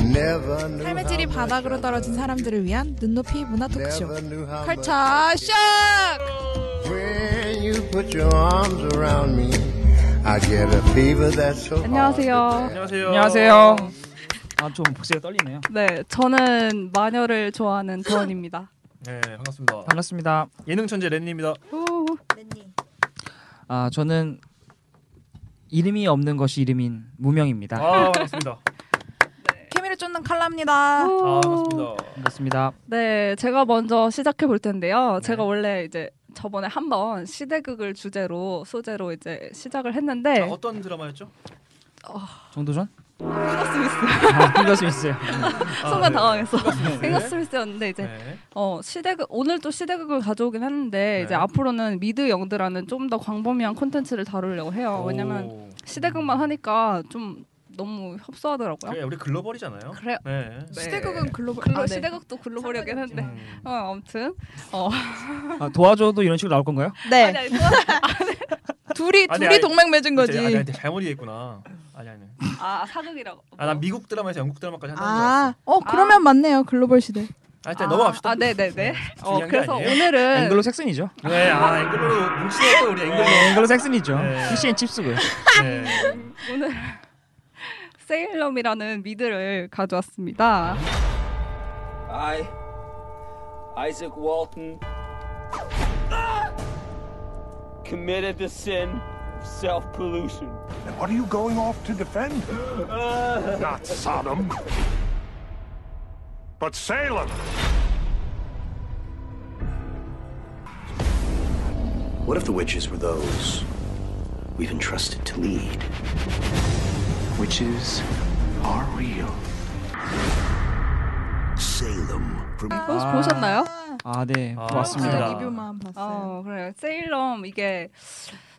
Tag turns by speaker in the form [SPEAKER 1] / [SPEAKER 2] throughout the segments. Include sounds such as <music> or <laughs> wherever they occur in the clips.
[SPEAKER 1] Never knew how
[SPEAKER 2] 탈매질이
[SPEAKER 1] much
[SPEAKER 2] 바닥으로
[SPEAKER 1] I
[SPEAKER 2] 떨어진 사람들을 위한 눈높이 문화 토크쇼
[SPEAKER 1] Never knew how much
[SPEAKER 2] 칼차 샥!
[SPEAKER 1] When you put your arms around me, I get a fever that's so hard to
[SPEAKER 3] 안녕하세요.
[SPEAKER 4] 안녕하세요.
[SPEAKER 5] 안녕하세요. 아 좀 복세가 떨리네요.
[SPEAKER 3] 네, 저는 마녀를 좋아하는 도원입니다.
[SPEAKER 4] 네, 반갑습니다.
[SPEAKER 5] 반갑습니다.
[SPEAKER 4] 예능 천재 랜입니다.
[SPEAKER 3] 후.
[SPEAKER 5] 아 저는 이름이 없는 것이 이름인 무명입니다.
[SPEAKER 4] 아, 반갑습니다.
[SPEAKER 2] 케미를 쫓는 칼라입니다.
[SPEAKER 3] 후.
[SPEAKER 4] 아, 반갑습니다.
[SPEAKER 5] 반갑습니다.
[SPEAKER 3] 네, 제가 먼저 시작해 볼 텐데요. 제가
[SPEAKER 4] 네.
[SPEAKER 3] 원래 이제 저번에 한번 시대극을 주제로 소재로 이제 시작을 했는데
[SPEAKER 4] 아, 어떤 드라마였죠?
[SPEAKER 5] 정도전? 아,
[SPEAKER 3] 핑거 스미스
[SPEAKER 5] 그럴 수 있어요.
[SPEAKER 3] 순간 당황했어.
[SPEAKER 4] 아,
[SPEAKER 3] <laughs>
[SPEAKER 4] 네.
[SPEAKER 3] 핑거 스미스였는데 이제
[SPEAKER 4] 네.
[SPEAKER 3] 어 시대극 오늘 또 시대극을 가져오긴 했는데 이제 앞으로는 미드 영드라는 좀 더 광범위한 콘텐츠를 다루려고 해요. 어, 왜냐면
[SPEAKER 4] 오.
[SPEAKER 3] 시대극만 하니까 좀 너무 협소하더라고요.
[SPEAKER 4] 그래, 우리 글로벌이잖아요.
[SPEAKER 3] 그래요.
[SPEAKER 4] 네.
[SPEAKER 3] 네.
[SPEAKER 2] 시대극은 글로벌.
[SPEAKER 3] 글로
[SPEAKER 2] 아, 네.
[SPEAKER 3] 시대극도 글로벌이긴 한데
[SPEAKER 4] 음.
[SPEAKER 3] 어 아무튼
[SPEAKER 5] 아, 도와줘도 이런 식으로 나올 건가요?
[SPEAKER 2] 네.
[SPEAKER 3] <laughs> 아니, 아니, 또-
[SPEAKER 2] 둘이
[SPEAKER 4] 아니,
[SPEAKER 2] 둘이
[SPEAKER 4] 아니.
[SPEAKER 2] 동맹 맺은 거지.
[SPEAKER 4] 이제- 아니, 아니, 잘못 이해했구나. 아니, 아니.
[SPEAKER 3] 아 사극이라고
[SPEAKER 4] 아, 난 미국 드라마에서 영국 드라마까지 한다는 줄 알았어.
[SPEAKER 2] 아, 어 그러면 맞네요. 글로벌 시대.
[SPEAKER 4] 아, 일단 넘어갑시다.
[SPEAKER 3] 아 네네네 어
[SPEAKER 4] 중요한 게
[SPEAKER 3] 그래서
[SPEAKER 4] 아니에요?
[SPEAKER 3] 오늘은
[SPEAKER 5] 앵글로 색슨이죠.
[SPEAKER 4] 네, 아, 앵글로 뭉치네 또 우리 앵글로.
[SPEAKER 5] 앵글로 색슨이죠.
[SPEAKER 4] 네.
[SPEAKER 5] 피시앤 칩스고요.
[SPEAKER 4] 네.
[SPEAKER 3] 오늘 세일럼이라는 미드를 가져왔습니다
[SPEAKER 6] I, Isaac Walton, committed the sin of self pollution.
[SPEAKER 7] What are you going off to defend? Not Sodom, but Salem.
[SPEAKER 8] What if the witches were those we've entrusted to lead? Witches are real. Salem from
[SPEAKER 3] 혹시 보셨나요?
[SPEAKER 5] 아 네,
[SPEAKER 4] 아,
[SPEAKER 5] 고맙습니다.
[SPEAKER 4] 맞습니다.
[SPEAKER 2] 제가 어, 리뷰만 봤어요.
[SPEAKER 3] 어 그래요 세일럼 이게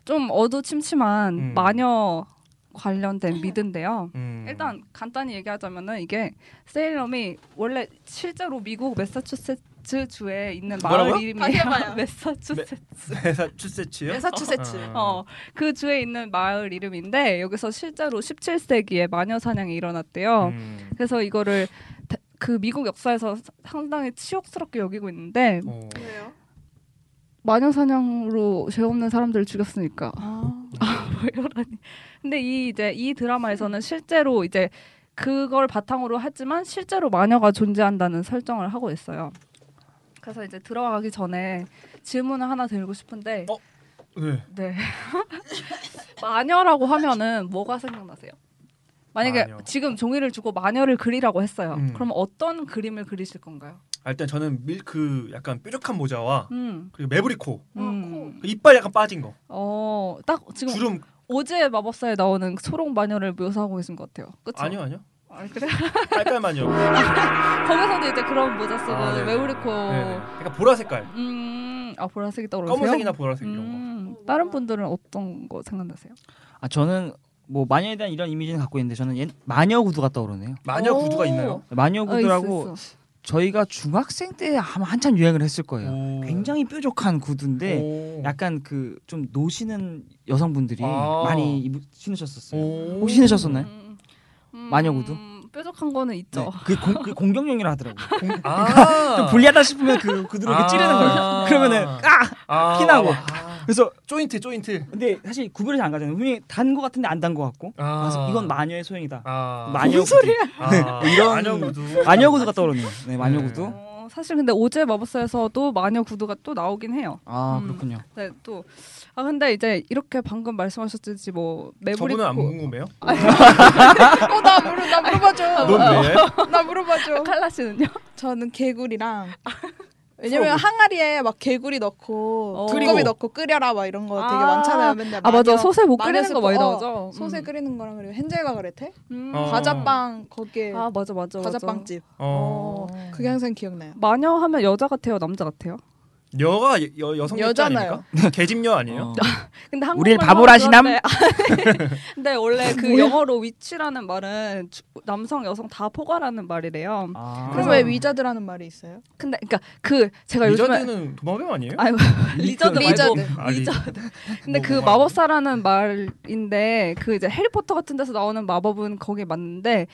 [SPEAKER 3] 좀 어두침침한
[SPEAKER 4] 음.
[SPEAKER 3] 마녀 관련된 미드인데요
[SPEAKER 4] 음.
[SPEAKER 3] 일단 간단히 얘기하자면은 이게 세일럼이 원래 실제로 미국 매사추세츠 주에 있는 마을
[SPEAKER 4] 뭐라고요?
[SPEAKER 3] 이름이에요. <laughs> 매사추세츠.
[SPEAKER 4] <laughs> 회사 출세치요?
[SPEAKER 2] 매사추세츠.
[SPEAKER 4] 어.
[SPEAKER 3] 어그 주에 있는 마을 이름인데 여기서 실제로 17세기에 마녀 사냥이 일어났대요.
[SPEAKER 4] 음.
[SPEAKER 3] 그래서 이거를 다- 그 미국 역사에서 사- 상당히 치욕스럽게 여기고 있는데
[SPEAKER 4] 어.
[SPEAKER 3] 마녀 사냥으로 죄 없는 사람들을 죽였으니까
[SPEAKER 2] 아,
[SPEAKER 3] <laughs> 뭐라니. 근데 이 이제 이 드라마에서는 실제로 이제 그걸 바탕으로 하지만 실제로 마녀가 존재한다는 설정을 하고 있어요. 그래서 이제 들어가기 전에 질문을 하나 드리고 싶은데
[SPEAKER 4] 어? 네.
[SPEAKER 3] 네. <laughs> 마녀라고 하면은 뭐가 생각나세요? 만약에
[SPEAKER 4] 마녀.
[SPEAKER 3] 지금 종이를 주고 마녀를 그리라고 했어요.
[SPEAKER 4] 음.
[SPEAKER 3] 그럼 어떤 그림을 그리실 건가요?
[SPEAKER 4] 아, 일단 저는 밀크 약간 뾰족한 모자와
[SPEAKER 3] 음.
[SPEAKER 4] 그리고 매부리코
[SPEAKER 3] 음.
[SPEAKER 4] 그 이빨 약간 빠진 거
[SPEAKER 3] 어, 딱 지금
[SPEAKER 4] 주름
[SPEAKER 3] 오즈의 마법사에 나오는 초록 마녀를 묘사하고 계신 것 같아요. 그렇죠?
[SPEAKER 4] 아니요 아니요
[SPEAKER 3] 그래? <laughs>
[SPEAKER 4] 깔깔만요
[SPEAKER 3] 거기서도 이제 그런 모자 쓰고
[SPEAKER 4] 아, 네.
[SPEAKER 3] 외우리코
[SPEAKER 4] 네, 네. 약간 보라 색깔
[SPEAKER 3] 음, 아 보라색이 떠오르세요?
[SPEAKER 4] 검은색이나 보라색 이런
[SPEAKER 3] 음, 다른 분들은 어떤 거 생각나세요?
[SPEAKER 5] 아 저는 뭐 마녀에 대한 이런 이미지는 갖고 있는데 저는 옛, 마녀 구두가 떠오르네요.
[SPEAKER 4] 거 마녀
[SPEAKER 3] 오.
[SPEAKER 4] 구두가 있나요?
[SPEAKER 5] 마녀
[SPEAKER 3] 어, 있어,
[SPEAKER 5] 구두라고
[SPEAKER 3] 있어.
[SPEAKER 5] 저희가 중학생 때 아마 한참 유행을 했을
[SPEAKER 3] 네.
[SPEAKER 5] 거예요.
[SPEAKER 4] 오.
[SPEAKER 5] 굉장히 뾰족한 구두인데
[SPEAKER 4] 오.
[SPEAKER 5] 약간 그 좀 노시는 여성분들이
[SPEAKER 4] 네. 아.
[SPEAKER 5] 많이 입- 신으셨었어요.
[SPEAKER 4] 오.
[SPEAKER 5] 혹시 신으셨었나요?
[SPEAKER 3] 음, 음,
[SPEAKER 5] 마녀 구두?
[SPEAKER 3] 뾰족한 거는 있죠.
[SPEAKER 5] 네. 그, 공, 그 공격용이라 하더라고요. 공-
[SPEAKER 3] <laughs>
[SPEAKER 4] 아.
[SPEAKER 5] 좀 불리하다 싶으면 그 구두로 이렇게 찌르는 거예요.
[SPEAKER 4] 아.
[SPEAKER 5] 그러면은 아!
[SPEAKER 4] 아.
[SPEAKER 5] 피나고.
[SPEAKER 4] 아.
[SPEAKER 5] 그래서
[SPEAKER 4] 조인트 조인트
[SPEAKER 5] 근데 사실 구별이 잘안 가잖아요. 분명히 단 거 같은데 안 단 거 같고.
[SPEAKER 4] 아.
[SPEAKER 5] 그래서 이건 마녀의 소행이다.
[SPEAKER 4] 아.
[SPEAKER 5] 마녀 구두.
[SPEAKER 4] 아.
[SPEAKER 3] 네.
[SPEAKER 5] 이런-
[SPEAKER 4] 마녀 구두
[SPEAKER 3] 아,
[SPEAKER 5] 마녀 구두가 떠오르네요. 네, 마녀
[SPEAKER 4] 네.
[SPEAKER 5] 구두.
[SPEAKER 3] 어, 사실 근데 오즈의 마법사에서도 마녀 구두가 또 나오긴 해요.
[SPEAKER 5] 아,
[SPEAKER 3] 음.
[SPEAKER 5] 그렇군요.
[SPEAKER 3] 네, 또. 아 근데 이제 이렇게 방금 말씀하셨듯이 뭐
[SPEAKER 4] 저분은 안
[SPEAKER 3] 메브리코 아.
[SPEAKER 4] 궁금해요?
[SPEAKER 2] 어, 나 물어 나 물어봐줘.
[SPEAKER 4] 넌 왜?
[SPEAKER 2] 나 물어봐줘.
[SPEAKER 3] 칼라 씨는요?
[SPEAKER 2] 저는 개구리랑
[SPEAKER 3] 아,
[SPEAKER 2] 왜냐면 항아리에 막 개구리 넣고
[SPEAKER 3] 어.
[SPEAKER 2] 두꺼비
[SPEAKER 4] 그리고.
[SPEAKER 2] 넣고 끓여라 막 이런 거 되게
[SPEAKER 3] 아.
[SPEAKER 2] 많잖아요. 맨날
[SPEAKER 3] 아 맞아.
[SPEAKER 2] 마녀-
[SPEAKER 3] 소세 못
[SPEAKER 2] 마녀
[SPEAKER 3] 끓이는 거
[SPEAKER 2] 스프-
[SPEAKER 3] 많이
[SPEAKER 2] 어,
[SPEAKER 3] 나오죠.
[SPEAKER 2] 소세
[SPEAKER 3] 음.
[SPEAKER 2] 끓이는 거랑 그리고 henzel과 그레텔
[SPEAKER 3] 음.
[SPEAKER 4] 어.
[SPEAKER 2] 과자빵 거기에
[SPEAKER 3] 아 맞아 맞아. 맞아.
[SPEAKER 2] 과자빵집
[SPEAKER 4] 어.
[SPEAKER 2] 그게 항상 기억나요.
[SPEAKER 3] 마녀 하면 여자 같아요, 남자 같아요?
[SPEAKER 4] 여가 여, 여성 여자
[SPEAKER 2] 여잖아요.
[SPEAKER 4] 아닙니까? 개집녀
[SPEAKER 3] 어.
[SPEAKER 4] 아니에요?
[SPEAKER 3] 근데 한국말로
[SPEAKER 5] 우릴 바보라 하시남?
[SPEAKER 3] 그런데- <laughs> 근데 원래 그 영어로 위치라는 말은 주- 남성 여성 다 포괄하는 말이래요.
[SPEAKER 5] 아.
[SPEAKER 2] 그럼 왜 위자드라는 말이 있어요?
[SPEAKER 3] 근데 그러니까 그 제가 요즘에
[SPEAKER 4] 리저드는 도마뱀 아니에요?
[SPEAKER 3] 아니 리저드 말고
[SPEAKER 2] 리저드.
[SPEAKER 4] 아, 리-
[SPEAKER 3] 리저드. 근데
[SPEAKER 4] 뭐,
[SPEAKER 3] 그
[SPEAKER 4] 뭐 말고.
[SPEAKER 3] 마법사라는 말인데 그 이제 해리포터 같은 데서 나오는 마법은 거기에 맞는데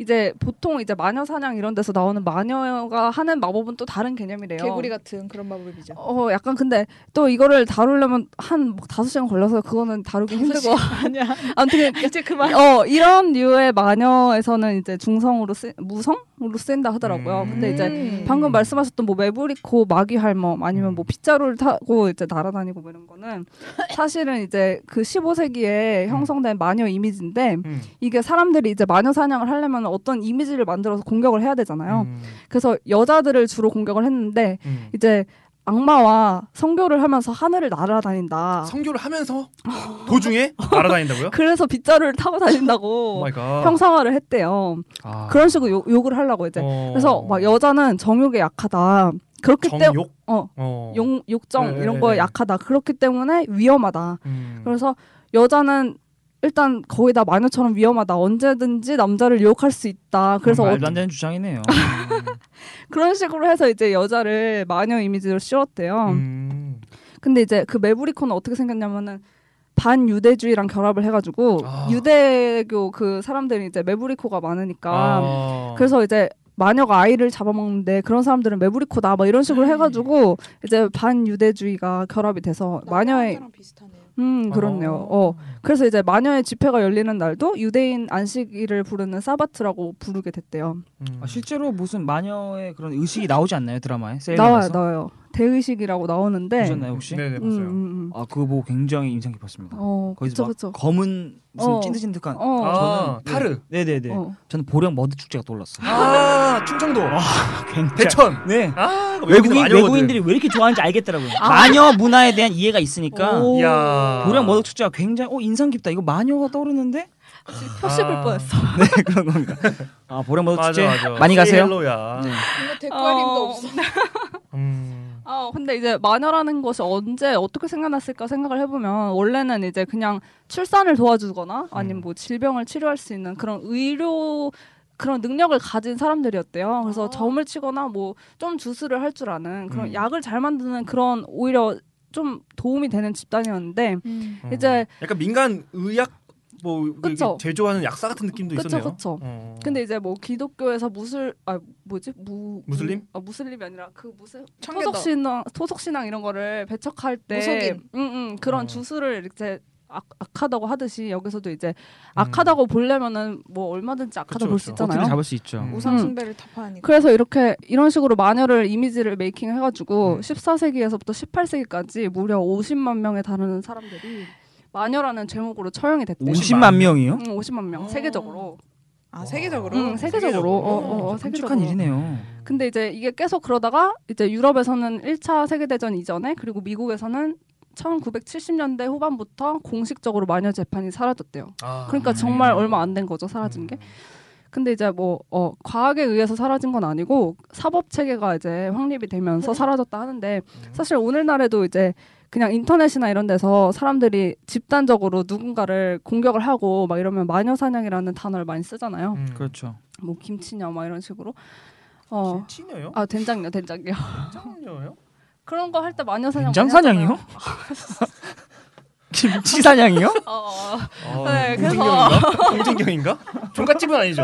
[SPEAKER 3] 이제 보통 이제 마녀 사냥 이런 데서 나오는 마녀가 하는 마법은 또 다른 개념이래요.
[SPEAKER 2] 개구리 같은 그런 마법이죠.
[SPEAKER 3] 어 약간 근데 또 이거를 다루려면 한 다섯 시간 걸려서 그거는 다루기 힘들고
[SPEAKER 2] 아니야.
[SPEAKER 3] <laughs> 아무튼
[SPEAKER 2] 이제 그만.
[SPEAKER 3] 어 이런 류의 마녀에서는 이제 중성으로 쓰, 무성으로 쓴다 하더라고요.
[SPEAKER 4] 음.
[SPEAKER 3] 근데 이제
[SPEAKER 2] 음.
[SPEAKER 3] 방금 말씀하셨던 뭐 매부리코 마귀 할멈 아니면
[SPEAKER 4] 음.
[SPEAKER 3] 뭐 빗자루를 타고 이제 날아다니고 뭐 이런 거는 사실은 이제 그 15세기에 형성된 마녀 이미지인데
[SPEAKER 4] 음.
[SPEAKER 3] 이게 사람들이 이제 마녀 사냥을 하려면 어떤 이미지를 만들어서 공격을 해야 되잖아요.
[SPEAKER 4] 음.
[SPEAKER 3] 그래서 여자들을 주로 공격을 했는데
[SPEAKER 4] 음.
[SPEAKER 3] 이제 악마와 성교를 하면서 하늘을 날아다닌다.
[SPEAKER 4] 성교를 하면서
[SPEAKER 3] <laughs>
[SPEAKER 4] 도중에 날아다닌다고요?
[SPEAKER 3] 그래서 빗자루를 타고
[SPEAKER 4] <laughs> 오
[SPEAKER 3] 다닌다고
[SPEAKER 4] 마이 갓.
[SPEAKER 3] 형상화를 했대요.
[SPEAKER 4] 아.
[SPEAKER 3] 그런 식으로 욕, 욕을 하려고 이제.
[SPEAKER 4] 어.
[SPEAKER 3] 그래서 막 여자는 정욕에 약하다. 그렇기 때문에
[SPEAKER 4] 정욕.
[SPEAKER 3] 어,
[SPEAKER 4] 어.
[SPEAKER 3] 욕, 욕정
[SPEAKER 4] 네,
[SPEAKER 3] 이런
[SPEAKER 4] 네,
[SPEAKER 3] 거에
[SPEAKER 4] 네.
[SPEAKER 3] 약하다. 그렇기 때문에 위험하다.
[SPEAKER 4] 음.
[SPEAKER 3] 그래서 여자는 일단 거의 다 마녀처럼 위험하다. 언제든지 남자를 유혹할 수 있다. 그래서
[SPEAKER 4] 음,
[SPEAKER 3] 어,
[SPEAKER 5] 음, 말도 안 되는 주장이네요.
[SPEAKER 4] <laughs>
[SPEAKER 3] 그런 식으로 해서 이제 여자를 마녀 이미지로 씌웠대요.
[SPEAKER 4] 음.
[SPEAKER 3] 근데 이제 그 메브리코는 어떻게 생겼냐면은 반유대주의랑 결합을 해가지고
[SPEAKER 4] 아.
[SPEAKER 3] 유대교 그 사람들이 이제 메브리코가 많으니까
[SPEAKER 4] 아.
[SPEAKER 3] 그래서 이제 마녀가 아이를 잡아먹는데 그런 사람들은 메브리코다 막 이런 식으로 해가지고 이제 반유대주의가 결합이 돼서 마녀의
[SPEAKER 2] 비슷하네요.
[SPEAKER 3] 음 그렇네요.
[SPEAKER 4] 아.
[SPEAKER 3] 어 그래서 이제 마녀의 집회가 열리는 날도 유대인 안식일을 부르는 사바트라고 부르게 됐대요.
[SPEAKER 4] 음.
[SPEAKER 5] 아, 실제로 무슨 마녀의 그런 의식이 나오지 않나요 드라마에?
[SPEAKER 3] 나와요
[SPEAKER 5] 세일러에서?
[SPEAKER 3] 나와요. 대의식이라고 나오는데.
[SPEAKER 5] 보셨나요 혹시?
[SPEAKER 4] 네네
[SPEAKER 3] 음,
[SPEAKER 4] 봤어요.
[SPEAKER 3] 음, 음.
[SPEAKER 5] 아 그거 보고 굉장히 인상 깊었습니다.
[SPEAKER 3] 어
[SPEAKER 5] 거기서
[SPEAKER 3] 그쵸 그쵸.
[SPEAKER 5] 막 검은 무슨
[SPEAKER 3] 어.
[SPEAKER 5] 찐득찐득한
[SPEAKER 3] 어.
[SPEAKER 4] 아,
[SPEAKER 5] 저는-
[SPEAKER 4] 타르.
[SPEAKER 5] 네네네.
[SPEAKER 3] 어.
[SPEAKER 5] 저는 보령 머드 축제가 떠올랐어요.
[SPEAKER 4] 아 충청도.
[SPEAKER 5] <laughs> 굉장히-
[SPEAKER 4] 대천.
[SPEAKER 5] 네.
[SPEAKER 4] 아
[SPEAKER 5] 외국인
[SPEAKER 4] 마녀거든.
[SPEAKER 5] 외국인들이 왜 이렇게 좋아하는지 알겠더라고요. 마녀 문화에 대한 이해가 있으니까
[SPEAKER 3] 오.
[SPEAKER 4] 이야.
[SPEAKER 5] 보령 머드 축제가 굉장히 어 인상 깊다. 이거 마녀가 떠오르는데 <laughs>
[SPEAKER 3] 표시 볼
[SPEAKER 4] 아.
[SPEAKER 3] 뻔했어.
[SPEAKER 5] 네 그런 겁니다. 아 보령 머드
[SPEAKER 4] 맞아,
[SPEAKER 5] 축제
[SPEAKER 4] 맞아.
[SPEAKER 5] 많이 가세요.
[SPEAKER 4] 헬로야.
[SPEAKER 2] 뭔가 대꾸할 힘도
[SPEAKER 3] 어.
[SPEAKER 2] 없어.
[SPEAKER 4] 음.
[SPEAKER 3] 어, 근데 이제 마녀라는 것이 언제 어떻게 생겨났을까 생각을 해보면 원래는 이제 그냥 출산을 도와주거나
[SPEAKER 4] 음.
[SPEAKER 3] 아니면 뭐 질병을 치료할 수 있는 그런 의료 그런 능력을 가진 사람들이었대요. 그래서
[SPEAKER 2] 아.
[SPEAKER 3] 점을 치거나 뭐 좀 주스를 할 줄 아는 그런
[SPEAKER 4] 음.
[SPEAKER 3] 약을 잘 만드는 그런 오히려 좀 도움이 되는 집단이었는데
[SPEAKER 4] 어.
[SPEAKER 3] 이제-
[SPEAKER 4] 약간 민간 의약 뭐
[SPEAKER 3] 그쵸.
[SPEAKER 4] 이렇게 제조하는 약사 같은 느낌도
[SPEAKER 3] 그쵸,
[SPEAKER 4] 있었네요.
[SPEAKER 3] 그쵸.
[SPEAKER 4] 어.
[SPEAKER 3] 근데 이제 뭐 기독교에서 무슬 아 뭐지 무
[SPEAKER 4] 무슬림?
[SPEAKER 3] 아 무슬림이 아니라 그 무슬
[SPEAKER 2] 청교도.
[SPEAKER 3] 토속 신앙 토속 신앙 이런 거를 배척할 때
[SPEAKER 2] 무속인.
[SPEAKER 3] 응응 그런
[SPEAKER 4] 어.
[SPEAKER 3] 주술을 이제 악, 악하다고 하듯이 여기서도 이제 악하다고 보려면은 뭐 얼마든지 악하다
[SPEAKER 4] 그쵸,
[SPEAKER 3] 볼 수
[SPEAKER 4] 그쵸.
[SPEAKER 5] 어떻게
[SPEAKER 3] 있잖아요.
[SPEAKER 5] 잡을 수 있죠.
[SPEAKER 4] 음.
[SPEAKER 2] 우상 숭배를 타파하니까.
[SPEAKER 3] 그래서 이렇게 이런 식으로 마녀를 이미지를 메이킹 해가지고
[SPEAKER 4] 음.
[SPEAKER 3] 14세기에서부터 18세기까지 무려 50만 명에 다르는 사람들이 마녀라는 제목으로 처형이 됐대요.
[SPEAKER 5] 50만 명이요?
[SPEAKER 3] 응, 50만 명
[SPEAKER 4] 어.
[SPEAKER 3] 세계적으로.
[SPEAKER 2] 아 세계적으로.
[SPEAKER 3] 응, 세계적으로.
[SPEAKER 4] 세계적으로.
[SPEAKER 3] 어, 어, 어,
[SPEAKER 5] 음, 끔찍한
[SPEAKER 3] 세계적으로.
[SPEAKER 5] 일이네요.
[SPEAKER 3] 근데 이제 이게 계속 그러다가 이제 유럽에서는 1차 세계대전 이전에 그리고 미국에서는 1970년대 후반부터 공식적으로 마녀 재판이 사라졌대요.
[SPEAKER 4] 아. 음.
[SPEAKER 3] 그러니까
[SPEAKER 5] 음.
[SPEAKER 3] 정말 얼마 안 된 거죠, 사라진 게. 근데 이제 뭐 어, 과학에 의해서 사라진 건 아니고 사법 체계가 이제 확립이 되면서 사라졌다 하는데
[SPEAKER 4] 네.
[SPEAKER 3] 사실 오늘날에도 이제 그냥 인터넷이나 이런 데서 사람들이 집단적으로 누군가를 공격을 하고 막 이러면 마녀 사냥이라는 단어를 많이 쓰잖아요.
[SPEAKER 4] 음. 그렇죠.
[SPEAKER 5] 그렇죠.
[SPEAKER 3] 뭐 김치녀 막 이런 식으로. 어.
[SPEAKER 4] 치녀요?
[SPEAKER 3] 아 된장녀 된장녀
[SPEAKER 4] 장녀요?
[SPEAKER 3] <laughs> 그런 거 할 때 마녀 사냥
[SPEAKER 5] 김장
[SPEAKER 3] 많이 하잖아요.
[SPEAKER 5] 사냥이요? <laughs> 김치 사냥이요?
[SPEAKER 3] 어, 어.
[SPEAKER 4] 아,
[SPEAKER 3] 네, 그래서-
[SPEAKER 4] 공진경인가? 공진경인가? <laughs> 종갓집은 아니죠.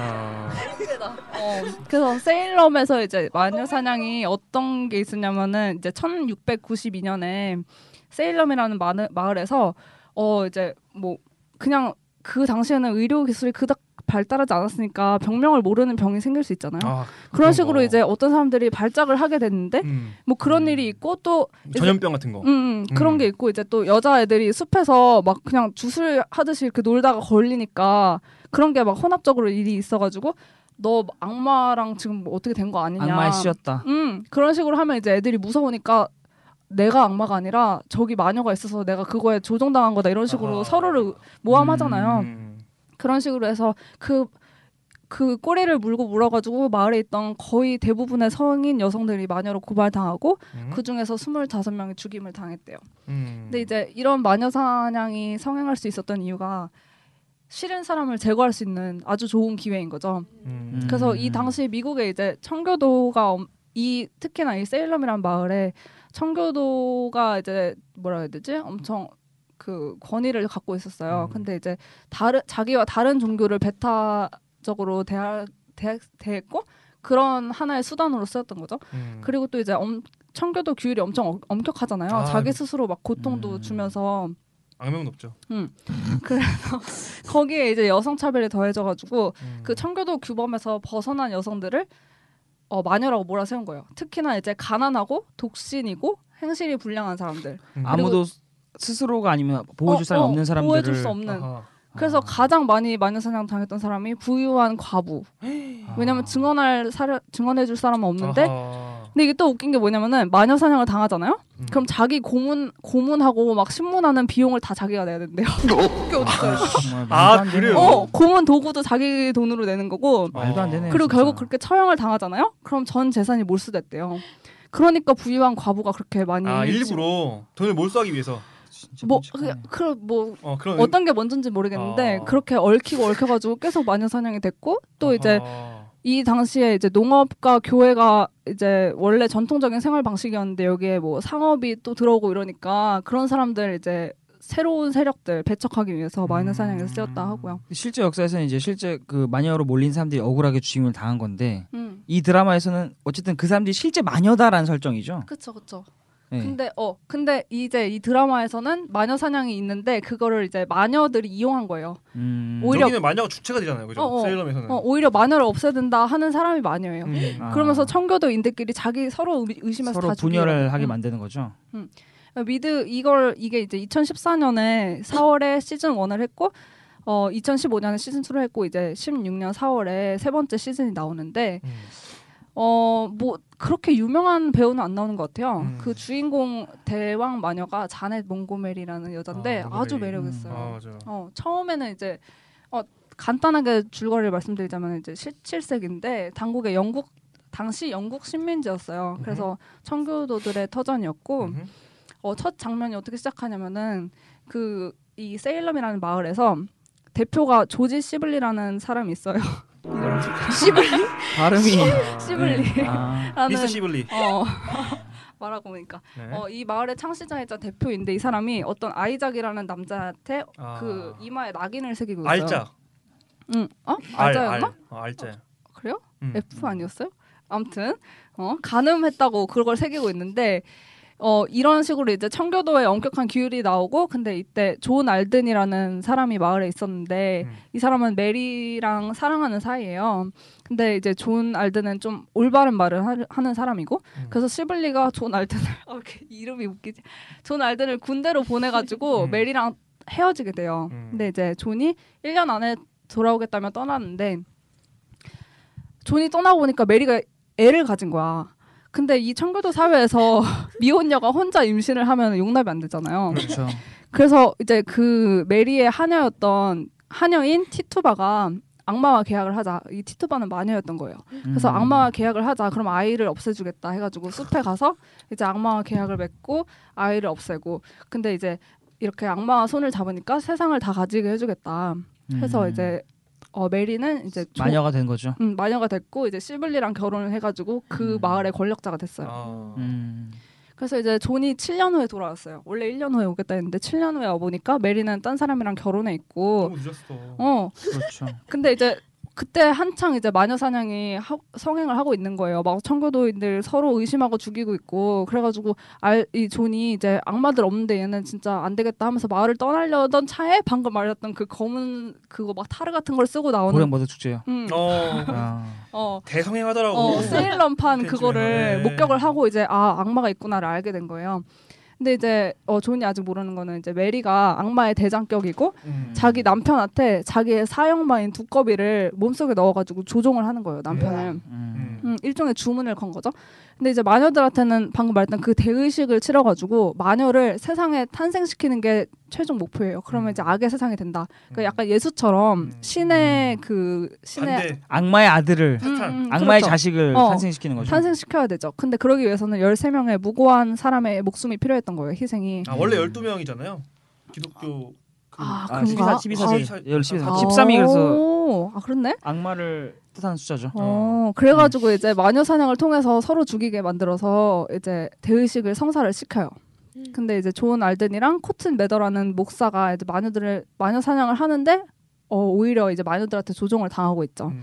[SPEAKER 4] 아.
[SPEAKER 3] 어, 그래서 세일럼에서 이제 마녀 사냥이 어떤 게 있었냐면은 이제 1692년에 세일럼이라는 마을, 마을에서 어 이제 뭐 그냥 그 당시에는 의료 기술이 그닥 발달하지 않았으니까 병명을 모르는 병이 생길 수 있잖아요.
[SPEAKER 4] 아,
[SPEAKER 3] 그런
[SPEAKER 4] 그런
[SPEAKER 3] 식으로
[SPEAKER 4] 거.
[SPEAKER 3] 이제 어떤 사람들이 발작을 하게 됐는데
[SPEAKER 4] 음.
[SPEAKER 3] 뭐 그런 일이 있고 또 이제-
[SPEAKER 4] 전염병 같은 거.
[SPEAKER 3] 음, 음, 그런
[SPEAKER 4] 음.
[SPEAKER 3] 게 있고 이제 또 여자애들이 숲에서 막 그냥 주술 하듯이 이렇게 놀다가 걸리니까 그런 게 막 혼합적으로 일이 있어가지고 너 악마랑 지금 뭐 어떻게 된 거 아니냐.
[SPEAKER 5] 악마의 씨였다.
[SPEAKER 3] 음 그런 식으로 하면 이제 애들이 무서우니까 내가 악마가 아니라 저기 마녀가 있어서 내가 그거에 조종당한 거다 이런 식으로
[SPEAKER 4] 아.
[SPEAKER 3] 서로를 모함하잖아요.
[SPEAKER 4] 음.
[SPEAKER 3] 그런 식으로 해서 그. 그 꼬리를 물고 물어가지고 마을에 있던 거의 대부분의 성인 여성들이 마녀로 고발당하고
[SPEAKER 4] 음.
[SPEAKER 3] 그 중에서 25명이 죽임을 당했대요.
[SPEAKER 4] 음.
[SPEAKER 3] 근데 이제 이런 마녀 사냥이 성행할 수 있었던 이유가 싫은 사람을 제거할 수 있는 아주 좋은 기회인 거죠.
[SPEAKER 4] 음.
[SPEAKER 3] 그래서
[SPEAKER 5] 음.
[SPEAKER 3] 이 당시 미국에 이제 청교도가 엄- 이 특히나 이 세일럼이란 마을에 청교도가 이제 뭐라 해야 되지? 엄청 그 권위를 갖고 있었어요. 근데 이제 다른 자기와 다른 종교를 배타적으로 대하, 대, 대했고 그런 하나의 수단으로 쓰였던 거죠.
[SPEAKER 4] 음.
[SPEAKER 3] 그리고 또 이제 엄, 청교도 규율이 엄청 어- 엄격하잖아요.
[SPEAKER 4] 아,
[SPEAKER 3] 자기
[SPEAKER 4] 네.
[SPEAKER 3] 스스로 막 고통도
[SPEAKER 5] 음.
[SPEAKER 3] 주면서
[SPEAKER 4] 악명은 없죠.
[SPEAKER 3] 거기에 이제 여성 차별이 더해져가지고
[SPEAKER 4] 음.
[SPEAKER 3] 그 청교도 규범에서 벗어난 여성들을 어, 마녀라고 몰아세운 거예요. 특히나 이제 가난하고 독신이고 행실이 불량한 사람들.
[SPEAKER 4] 음.
[SPEAKER 5] 아무도 스- 스스로가 아니면 보호해줄
[SPEAKER 3] 어,
[SPEAKER 5] 사람이
[SPEAKER 3] 어,
[SPEAKER 5] 없는 사람들을
[SPEAKER 3] 보호해줄 수 없는.
[SPEAKER 4] 그 아하.
[SPEAKER 3] 그래서 가장 많이 마녀사냥 당했던 사람이 부유한 과부. 왜냐면 증언할 사려, 증언해줄 사람은 없는데.
[SPEAKER 4] 아. 아하.
[SPEAKER 3] 근데 이게 또 웃긴 게 뭐냐면은 마녀사냥을 당하잖아요.
[SPEAKER 4] 음.
[SPEAKER 3] 그럼 자기 고문 고문하고 막 신문하는 비용을 다 자기가 내야 된대요.
[SPEAKER 4] <laughs>
[SPEAKER 2] 그게 어딨어요?
[SPEAKER 5] 아,
[SPEAKER 3] <laughs>
[SPEAKER 5] 정말 말도
[SPEAKER 4] 아,
[SPEAKER 5] 안 되는-
[SPEAKER 4] 그래요?
[SPEAKER 3] 어 고문 도구도 자기 돈으로 내는 거고.
[SPEAKER 5] 말도 안 되네.
[SPEAKER 3] 그리고
[SPEAKER 5] 진짜.
[SPEAKER 3] 결국 그렇게 처형을 당하잖아요. 그럼 전 재산이 몰수됐대요. 그러니까 부유한 과부가 그렇게 많이 뭐,
[SPEAKER 4] 아 일부러 돈을 몰수하기 위해서.
[SPEAKER 5] 진짜 끔찍하네.
[SPEAKER 3] 뭐그뭐
[SPEAKER 4] 어 그런
[SPEAKER 3] 어떤 게 뭔지는 모르겠는데
[SPEAKER 4] 아.
[SPEAKER 3] 그렇게 얽히고 얽혀가지고 계속 마녀 사냥이 됐고 또 이제
[SPEAKER 4] 아하.
[SPEAKER 3] 이 당시에 이제 농업과 교회가 이제 원래 전통적인 생활 방식이었는데 여기에 뭐 상업이 또 들어오고 이러니까 그런 사람들 이제 새로운 세력들 배척하기 위해서 마녀 사냥에서
[SPEAKER 4] 음.
[SPEAKER 3] 쓰였다 하고요.
[SPEAKER 5] 실제 역사에서는 이제 실제 그 마녀로 몰린 사람들이 억울하게 죽임을 당한 건데
[SPEAKER 3] 음,
[SPEAKER 5] 이 드라마에서는 어쨌든 그 사람들이 실제 마녀다라는 설정이죠.
[SPEAKER 3] 그쵸 그쵸.
[SPEAKER 5] 네.
[SPEAKER 3] 근데 어 근데 이제 이 드라마에서는 마녀 사냥이 있는데 그거를 이제 마녀들이 이용한 거예요.
[SPEAKER 5] 음,
[SPEAKER 3] 오히려-
[SPEAKER 4] 여기는 마녀가 주체가 되잖아요, 그죠?
[SPEAKER 3] 어, 어.
[SPEAKER 4] 세일럼에서는.
[SPEAKER 3] 어, 오히려 마녀를 없애야 된다 하는 사람이 마녀예요.
[SPEAKER 4] 네. 음.
[SPEAKER 5] 아,
[SPEAKER 3] 그러면서 청교도인들끼리 자기 서로 의- 의심해서
[SPEAKER 5] 서로
[SPEAKER 3] 다 죽이려고.
[SPEAKER 5] 분열을 하게
[SPEAKER 3] 음.
[SPEAKER 5] 만드는 거죠.
[SPEAKER 3] 미드 이걸 이게 이제 2014년에 4월에 시즌 1을 했고 어 2015년에 시즌 2를 했고 이제 16년 4월에 세 번째 시즌이 나오는데
[SPEAKER 4] 음.
[SPEAKER 3] 어 뭐 그렇게 유명한 배우는 안 나오는 것 같아요.
[SPEAKER 4] 음.
[SPEAKER 3] 그 주인공 대왕 마녀가 자넷 몽고메리라는 여잔데
[SPEAKER 4] 아,
[SPEAKER 3] 아주
[SPEAKER 4] 몽고메리.
[SPEAKER 3] 매력
[SPEAKER 5] 음.
[SPEAKER 3] 있어요.
[SPEAKER 4] 아 맞아.
[SPEAKER 3] 어, 처음에는 이제 어, 간단하게 줄거리를 말씀드리자면 이제 17세기인데 당국의 영국 당시 영국 식민지였어요. 그래서 청교도들의 터전이었고
[SPEAKER 4] 음.
[SPEAKER 3] 어, 첫 장면이 어떻게 시작하냐면은 그 이 세일럼이라는 마을에서 대표가 조지 시블리라는 사람이
[SPEAKER 4] <laughs>
[SPEAKER 3] 있어요. <laughs>
[SPEAKER 5] 발음이
[SPEAKER 3] 시블리.
[SPEAKER 5] 아,
[SPEAKER 3] 라는
[SPEAKER 4] 미스 시블리.
[SPEAKER 3] 어. <laughs> 말하고 보니까
[SPEAKER 4] 네.
[SPEAKER 3] 어, 이 마을의 창시자이자 대표인데 이 사람이 어떤 아이작이라는 남자한테
[SPEAKER 4] 아.
[SPEAKER 3] 그 이마에 낙인을 새기고 있어요.
[SPEAKER 4] 알자.
[SPEAKER 3] 응. 어?
[SPEAKER 4] 알,
[SPEAKER 3] 알자였나?
[SPEAKER 4] 알. 어, 알자.
[SPEAKER 3] 그래요?
[SPEAKER 4] 음.
[SPEAKER 3] F 아니었어요? 아무튼 어, 가늠했다고 그걸 새기고 있는데 어, 이런 식으로 이제 청교도의 엄격한 기율이 나오고 근데 이때 존 알든이라는 사람이 마을에 있었는데
[SPEAKER 4] 음.
[SPEAKER 3] 이 사람은 메리랑 사랑하는 사이예요. 근데 이제 존 알든은 좀 올바른 말을 하- 하는 사람이고
[SPEAKER 4] 음.
[SPEAKER 3] 그래서 시블리가 존 알든을 <laughs> 어, 이렇게 이름이 웃기지. 존 알든을 군대로 보내가지고
[SPEAKER 4] 음.
[SPEAKER 3] 메리랑 헤어지게 돼요.
[SPEAKER 4] 음.
[SPEAKER 3] 근데 이제 존이 1년 안에 돌아오겠다며 떠났는데 존이 떠나고 보니까 메리가 애를 가진 거야. 근데 이 청교도 사회에서 <laughs> 미혼녀가 혼자 임신을 하면 용납이 안 되잖아요.
[SPEAKER 5] 그렇죠.
[SPEAKER 3] 그래서 이제 그 메리의 하녀였던 하녀인 티투바가 악마와 계약을 하자. 이 티투바는 마녀였던 거예요. 그래서
[SPEAKER 5] 음.
[SPEAKER 3] 악마와 계약을 하자. 그럼 아이를 없애주겠다 해가지고 숲에 가서 이제 악마와 계약을 맺고 아이를 없애고. 근데 이제 이렇게 악마와 손을 잡으니까 세상을 다 가지게 해주겠다. 해서
[SPEAKER 5] 음.
[SPEAKER 3] 이제 어, 메리는 이제 조-
[SPEAKER 5] 마녀가 된 거죠.
[SPEAKER 3] 음, 마녀가 됐고 이제 시블리랑 결혼을 해가지고 그
[SPEAKER 5] 음.
[SPEAKER 3] 마을의 권력자가 됐어요.
[SPEAKER 4] 아.
[SPEAKER 5] 음.
[SPEAKER 3] 그래서 이제 존이 7년 후에 돌아왔어요. 원래 1년 후에 오겠다 했는데 7년 후에 와 보니까 메리는 딴 사람이랑 결혼해 있고
[SPEAKER 4] 너무 늦었어.
[SPEAKER 3] 어
[SPEAKER 5] 그렇죠.
[SPEAKER 3] 근데 이제 그때 한창 이제 마녀 사냥이 하- 성행을 하고 있는 거예요. 막 청교도인들 서로 의심하고 죽이고 있고 그래가지고 알, 이 존이 이제 악마들 없는데 얘는 진짜 안 되겠다 하면서 마을을 떠나려던 차에 방금 말했던 그 검은 그거 막 타르 같은 걸 쓰고 나오는
[SPEAKER 5] 고령버드 축제요.
[SPEAKER 3] 음,
[SPEAKER 4] 어.
[SPEAKER 5] 아.
[SPEAKER 3] 어.
[SPEAKER 4] 대성행하더라고.
[SPEAKER 3] 어, 세일런판
[SPEAKER 4] 그쵸,
[SPEAKER 3] 그거를
[SPEAKER 4] 네.
[SPEAKER 3] 목격을 하고 이제 아 악마가 있구나를 알게 된 거예요. 근데 이제 어, 존이 아직 모르는 거는 이제 메리가 악마의 대장격이고
[SPEAKER 4] 음.
[SPEAKER 3] 자기 남편한테 자기의 사형마인 두꺼비를 몸속에 넣어가지고 조종을 하는 거예요. 남편을
[SPEAKER 5] 음.
[SPEAKER 4] 음.
[SPEAKER 3] 음, 일종의 주문을 건 거죠. 근데 이제 마녀들한테는 방금 말했던 그 대의식을 치러가지고 마녀를 세상에 탄생시키는 게 최종 목표예요. 그러면
[SPEAKER 4] 음.
[SPEAKER 3] 이제 악의 세상이 된다. 그러니까
[SPEAKER 4] 음.
[SPEAKER 3] 약간 예수처럼
[SPEAKER 4] 음.
[SPEAKER 3] 신의 그 신의
[SPEAKER 4] 반대.
[SPEAKER 5] 악마의 아들을
[SPEAKER 4] 사탄.
[SPEAKER 5] 악마의
[SPEAKER 3] 그렇죠.
[SPEAKER 5] 자식을
[SPEAKER 3] 어.
[SPEAKER 5] 탄생시키는 거죠.
[SPEAKER 3] 탄생시켜야 되죠. 근데 그러기 위해서는 13명의 무고한 사람의 목숨이 필요했던 거예요, 희생이.
[SPEAKER 4] 아 원래 12명이잖아요. 기독교
[SPEAKER 3] 음.
[SPEAKER 4] 그
[SPEAKER 3] 아,
[SPEAKER 5] 아,
[SPEAKER 3] 그런가?
[SPEAKER 5] 12사 12사
[SPEAKER 4] 아,
[SPEAKER 5] 12사
[SPEAKER 4] 아.
[SPEAKER 5] 13이 그래서
[SPEAKER 3] 오, 아, 그렇네?
[SPEAKER 5] 악마를 뜻하는 숫자죠.
[SPEAKER 3] 어, 그래가지고 이제 마녀 사냥을 통해서 서로 죽이게 만들어서 이제 대의식을 성사를 시켜요. 근데 이제 존 알든이랑 코튼 메더라는 목사가 이제 마녀들을 마녀 사냥을 하는데 어, 오히려 이제 마녀들한테 조종을 당하고 있죠.
[SPEAKER 4] 음.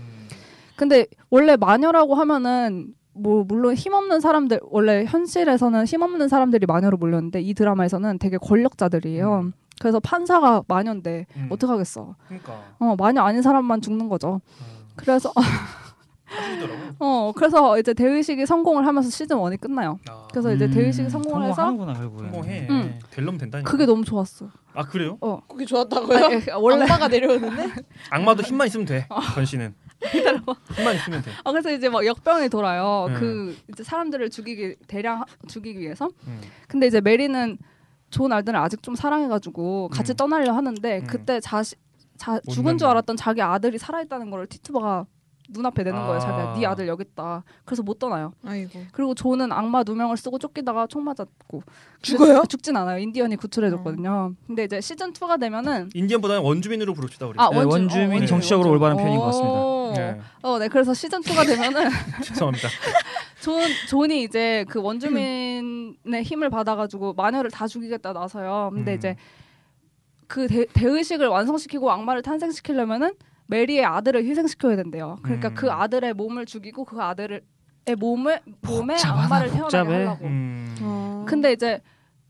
[SPEAKER 3] 근데 원래 마녀라고 하면은 뭐 물론 힘없는 사람들 원래 현실에서는 힘없는 사람들이 마녀로 몰렸는데 이 드라마에서는 되게 권력자들이에요.
[SPEAKER 4] 음.
[SPEAKER 3] 그래서 판사가 마녀인데
[SPEAKER 4] 음.
[SPEAKER 3] 어떡하겠어.
[SPEAKER 4] 그러니까
[SPEAKER 3] 어, 마녀 아닌 사람만 죽는 거죠.
[SPEAKER 4] 음.
[SPEAKER 3] 그래서
[SPEAKER 4] 하시더라고.
[SPEAKER 3] 어, 그래서 이제 대의식이 성공을 하면서 시즌 1이 끝나요.
[SPEAKER 4] 아,
[SPEAKER 3] 그래서 이제 대의식이 음, 성공을 해서
[SPEAKER 5] 음, 성공하는구나 결국에.
[SPEAKER 4] 성공해.
[SPEAKER 3] 음.
[SPEAKER 4] 될놈 된다니까.
[SPEAKER 3] 그게 너무 좋았어.
[SPEAKER 4] 아 그래요?
[SPEAKER 2] 그게 좋았다고요?
[SPEAKER 3] 아니, 원래
[SPEAKER 2] 악마가 내려오는데?
[SPEAKER 4] 악마도 힘만 있으면 돼.
[SPEAKER 3] 어.
[SPEAKER 4] 건 씨는
[SPEAKER 3] <laughs>
[SPEAKER 4] 힘만 있으면 돼.
[SPEAKER 3] 아, 그래서 이제 막 역병이 돌아요.
[SPEAKER 4] 네.
[SPEAKER 3] 그 이제 사람들을 죽이기 대량 하- 죽이기 위해서.
[SPEAKER 4] 음.
[SPEAKER 3] 근데 이제 메리는 존 알든을 아직 좀 사랑해가지고 같이
[SPEAKER 4] 음.
[SPEAKER 3] 떠나려 하는데
[SPEAKER 4] 음.
[SPEAKER 3] 그때 자시 자,
[SPEAKER 4] 못
[SPEAKER 3] 죽은 줄
[SPEAKER 4] 만나.
[SPEAKER 3] 알았던 자기 아들이 살아있다는 걸 티투바가 눈앞에 내는
[SPEAKER 4] 아.
[SPEAKER 3] 거예요. 자기가 네 아들 여기 있다. 그래서 못 떠나요.
[SPEAKER 2] 아이고.
[SPEAKER 3] 그리고 존은 악마 누명을 쓰고 쫓기다가 총 맞았고
[SPEAKER 2] 죽어요?
[SPEAKER 3] <laughs>
[SPEAKER 2] 음.
[SPEAKER 3] 죽진 않아요. 인디언이 구출해줬거든요. 근데 이제 시즌 2가 되면은
[SPEAKER 4] 인디언보다는 원주민으로 부릅시다 우리.
[SPEAKER 3] 아
[SPEAKER 5] 네, 원주민
[SPEAKER 3] 어,
[SPEAKER 5] 정치적으로 올바른 표현인 것 같습니다.
[SPEAKER 3] 오.
[SPEAKER 4] 네. <laughs>
[SPEAKER 3] 어, 네. 그래서 시즌 2가 되면은 <laughs>
[SPEAKER 4] 죄송합니다.
[SPEAKER 3] 존 존이 이제 그 원주민의 힘을 받아가지고 마녀를 다 죽이겠다 나서요. 근데
[SPEAKER 4] 음.
[SPEAKER 3] 이제 그 대, 대의식을 완성시키고 악마를 탄생시키려면은 메리의 아들을 희생시켜야 된대요. 그러니까
[SPEAKER 4] 음.
[SPEAKER 3] 그 아들의 몸을 죽이고 그 아들의 몸을 몸에
[SPEAKER 5] 복잡하다,
[SPEAKER 3] 악마를 태어나게
[SPEAKER 5] 복잡해.
[SPEAKER 3] 하려고.
[SPEAKER 4] 음.
[SPEAKER 2] 어.
[SPEAKER 3] 근데 이제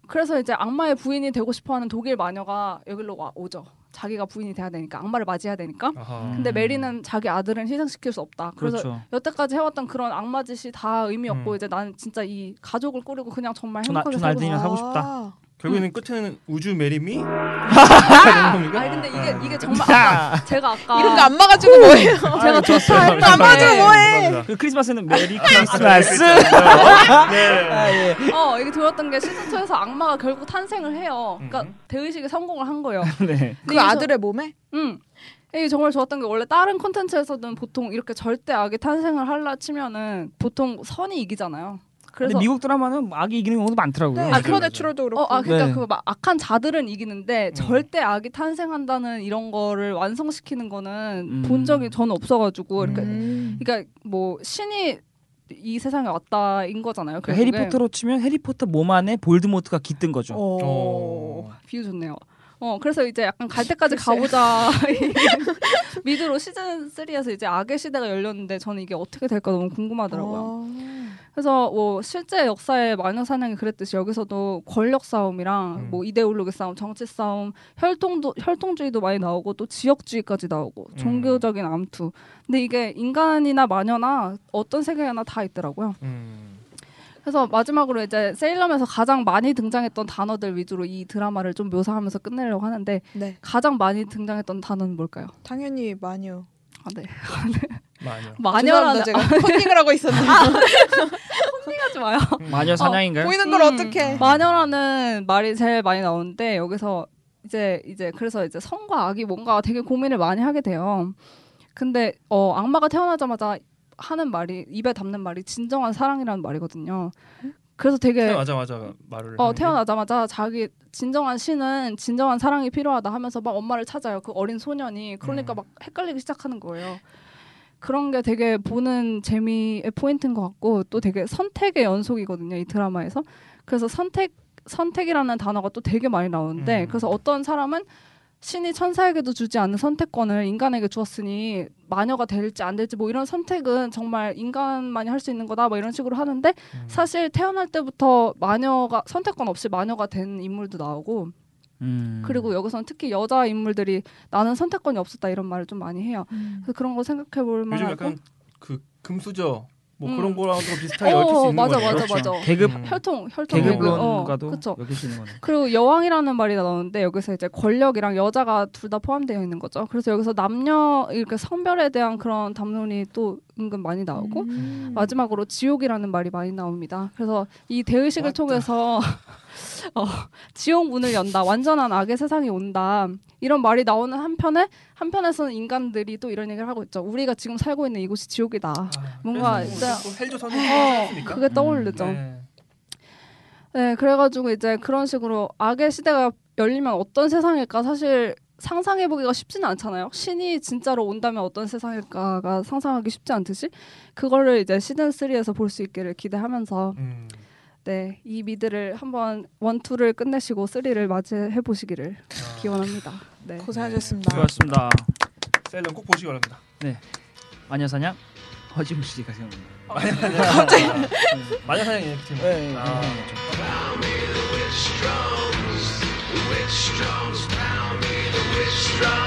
[SPEAKER 3] 그래서 이제 악마의 부인이 되고 싶어하는 독일 마녀가 여기로 와, 오죠. 자기가 부인이 돼야 되니까 악마를 맞이해야 되니까.
[SPEAKER 4] 아하.
[SPEAKER 3] 근데
[SPEAKER 5] 음.
[SPEAKER 3] 메리는 자기 아들은 희생시킬 수 없다. 그래서
[SPEAKER 5] 그렇죠.
[SPEAKER 3] 여태까지 해왔던 그런 악마 짓이 다 의미 없고
[SPEAKER 4] 음.
[SPEAKER 3] 이제 나는 진짜 이 가족을 꾸리고 그냥 정말
[SPEAKER 5] 존-
[SPEAKER 3] 행복하게
[SPEAKER 5] 존
[SPEAKER 3] 살고
[SPEAKER 5] 알든이랑
[SPEAKER 3] 싶어.
[SPEAKER 5] 사고 싶다.
[SPEAKER 2] 아.
[SPEAKER 4] 결국에는 끝에는 우주
[SPEAKER 3] 네.
[SPEAKER 4] 메리미.
[SPEAKER 3] 아니 근데 이게 이게 정말 아까 제가 아까
[SPEAKER 2] 이런 거 안 막아주고 뭐예요?
[SPEAKER 3] 제가 좋다 했는데
[SPEAKER 2] 안 맞아, 뭐해.
[SPEAKER 5] 그 크리스마스는
[SPEAKER 3] 아,
[SPEAKER 5] 메리 크리스마스.
[SPEAKER 4] 네.
[SPEAKER 5] 아, 예.
[SPEAKER 3] 어 이게 들었던 게 시즌 2에서 악마가 결국 탄생을 해요. 그러니까
[SPEAKER 4] 음.
[SPEAKER 3] 대의식에 성공을 한 거예요.
[SPEAKER 5] <laughs> 네.
[SPEAKER 2] 그 아들의 몸에?
[SPEAKER 3] 응. 이게 음. 정말 좋았던 게 원래 다른 콘텐츠에서는 보통 이렇게 절대 악이 탄생을 할라 치면은 보통 선이 이기잖아요.
[SPEAKER 5] 근데
[SPEAKER 3] 그래서
[SPEAKER 5] 미국 드라마는 악이 이기는 경우도 많더라고요.
[SPEAKER 2] 네.
[SPEAKER 4] 아,
[SPEAKER 2] 슈퍼 내추럴도 그렇고.
[SPEAKER 3] 어, 아, 그러니까
[SPEAKER 5] 네.
[SPEAKER 3] 그 막 악한 자들은 이기는데
[SPEAKER 4] 음.
[SPEAKER 3] 절대 악이 탄생한다는 이런 거를 완성시키는 거는
[SPEAKER 5] 음.
[SPEAKER 3] 본 적이 전 없어가지고
[SPEAKER 4] 음.
[SPEAKER 3] 그러니까,
[SPEAKER 2] 음.
[SPEAKER 3] 그러니까 뭐 신이 이 세상에 왔다인 거잖아요.
[SPEAKER 5] 그
[SPEAKER 3] 결국엔.
[SPEAKER 5] 해리포터로 치면 해리포터 몸 안에 볼드모트가 깃든 거죠.
[SPEAKER 4] 어.
[SPEAKER 3] 오, 비유 좋네요. 어, 그래서 이제 약간 갈 때까지
[SPEAKER 5] <laughs>
[SPEAKER 3] 가보자. <laughs> 미드로 시즌 3에서 이제 악의 시대가 열렸는데 저는 이게 어떻게 될까 너무 궁금하더라고요.
[SPEAKER 2] 어.
[SPEAKER 3] 그래서 뭐 실제 역사의 마녀 사냥이 그랬듯이 여기서도 권력 싸움이랑
[SPEAKER 4] 음.
[SPEAKER 3] 뭐 이데올로기 싸움, 정치 싸움, 혈통도 혈통주의도 많이 나오고 또 지역주의까지 나오고
[SPEAKER 4] 음.
[SPEAKER 3] 종교적인 암투. 근데 이게 인간이나 마녀나 어떤 세계나 다 있더라고요.
[SPEAKER 4] 음.
[SPEAKER 3] 그래서 마지막으로 이제 세일럼에서 가장 많이 등장했던 단어들 위주로 이 드라마를 좀 묘사하면서 끝내려고 하는데
[SPEAKER 2] 아, 네.
[SPEAKER 3] 가장 많이 등장했던 단어는 뭘까요?
[SPEAKER 2] 당연히 마녀.
[SPEAKER 3] 아, 네.
[SPEAKER 4] 마녀.
[SPEAKER 3] 마녀라는
[SPEAKER 2] 죄송합니다, 제가 <laughs> 컨닝을 하고 있었는데
[SPEAKER 3] 하지 마요.
[SPEAKER 5] 음. 마녀 사냥인가요?
[SPEAKER 2] 아, 보이는 걸
[SPEAKER 3] 음.
[SPEAKER 2] 어떻게?
[SPEAKER 3] 마녀라는 말이 제일 많이 나오는데 여기서 이제 이제 그래서 이제 선과 악이 뭔가 되게 고민을 많이 하게 돼요. 근데 어 악마가 태어나자마자 하는 말이 입에 담는 말이 진정한 사랑이라는 말이거든요. 그래서 되게
[SPEAKER 4] 태어나자마자 네, 말을.
[SPEAKER 3] 어
[SPEAKER 4] 하는 게?
[SPEAKER 3] 태어나자마자 자기 진정한 신은 진정한 사랑이 필요하다 하면서 막 엄마를 찾아요. 그 어린 소년이 그러니까
[SPEAKER 4] 음.
[SPEAKER 3] 막 헷갈리기 시작하는 거예요. 그런 게 되게 보는 재미의 포인트인 것 같고 또 되게 선택의 연속이거든요 이 드라마에서. 그래서 선택 선택이라는 단어가 또 되게 많이 나오는데
[SPEAKER 4] 음.
[SPEAKER 3] 그래서 어떤 사람은 신이 천사에게도 주지 않는 선택권을 인간에게 주었으니 마녀가 될지 안 될지 뭐 이런 선택은 정말 인간만이 할 수 있는 거다 뭐 이런 식으로 하는데
[SPEAKER 4] 음.
[SPEAKER 3] 사실 태어날 때부터 마녀가 선택권 없이 마녀가 된 인물도 나오고
[SPEAKER 5] 음.
[SPEAKER 3] 그리고 여기서는 특히 여자 인물들이 나는 선택권이 없었다 이런 말을 좀 많이 해요.
[SPEAKER 2] 음.
[SPEAKER 3] 그래서 그런 거 생각해 볼 어,
[SPEAKER 4] 요즘
[SPEAKER 3] 만하고.
[SPEAKER 4] 약간 그 금수저 뭐
[SPEAKER 3] 음.
[SPEAKER 4] 그런 거랑 좀 비슷하게 얽힐 수
[SPEAKER 3] 어,
[SPEAKER 4] 있는
[SPEAKER 3] 맞아,
[SPEAKER 4] 거네요.
[SPEAKER 3] 맞아, 맞아.
[SPEAKER 5] 그렇죠. 계급
[SPEAKER 4] 음.
[SPEAKER 3] 혈통 혈통
[SPEAKER 5] 계급론과도
[SPEAKER 3] 그쵸
[SPEAKER 5] 엮일 수 있는 거네.
[SPEAKER 3] 그리고 여왕이라는 말이 나오는데 여기서 이제 권력이랑 여자가 둘 다 포함되어 있는 거죠. 그래서 여기서 남녀 이렇게 성별에 대한 그런 담론이 또 은근 많이 나오고
[SPEAKER 2] 음.
[SPEAKER 3] 마지막으로 지옥이라는 말이 많이 나옵니다. 그래서 이 대의식을
[SPEAKER 4] 맞다.
[SPEAKER 3] 통해서 <laughs> 어, 지옥 문을 연다, 완전한 악의 세상이 온다 이런 말이 나오는 한편에 한편에서는 인간들이 또 이런 얘기를 하고 있죠. 우리가 지금 살고 있는 이곳이 지옥이다.
[SPEAKER 4] 아,
[SPEAKER 3] 뭔가
[SPEAKER 4] 그래서
[SPEAKER 3] 진짜- 어,
[SPEAKER 4] 또 헬조 선생님이니까. 음,
[SPEAKER 3] 그게 떠오르죠. 네, 그래가지고 이제 그런 식으로 악의 시대가 열리면 어떤 세상일까 사실 상상해보기가 쉽지는 않잖아요. 신이 진짜로 온다면 어떤 세상일까가
[SPEAKER 4] 음.
[SPEAKER 3] 상상하기 쉽지 않듯이 그거를 이제 시즌 3에서 볼 수 있기를 기대하면서 네, 이 미드를 한번 원투를 끝내시고 쓰리를 맞이해 보시기를 기원합니다. 네.
[SPEAKER 2] 고생하셨습니다.
[SPEAKER 5] 수고하셨습니다.
[SPEAKER 4] 셀럽 꼭 보시기 바랍니다.
[SPEAKER 5] 마녀사냥 허지웅 씨가 생각납니다.
[SPEAKER 4] 마녀 사냥 이렇게 팀.
[SPEAKER 5] 네, 네,
[SPEAKER 4] 아.
[SPEAKER 5] 네, 좀.
[SPEAKER 1] Witch drones, pound me the witch drones.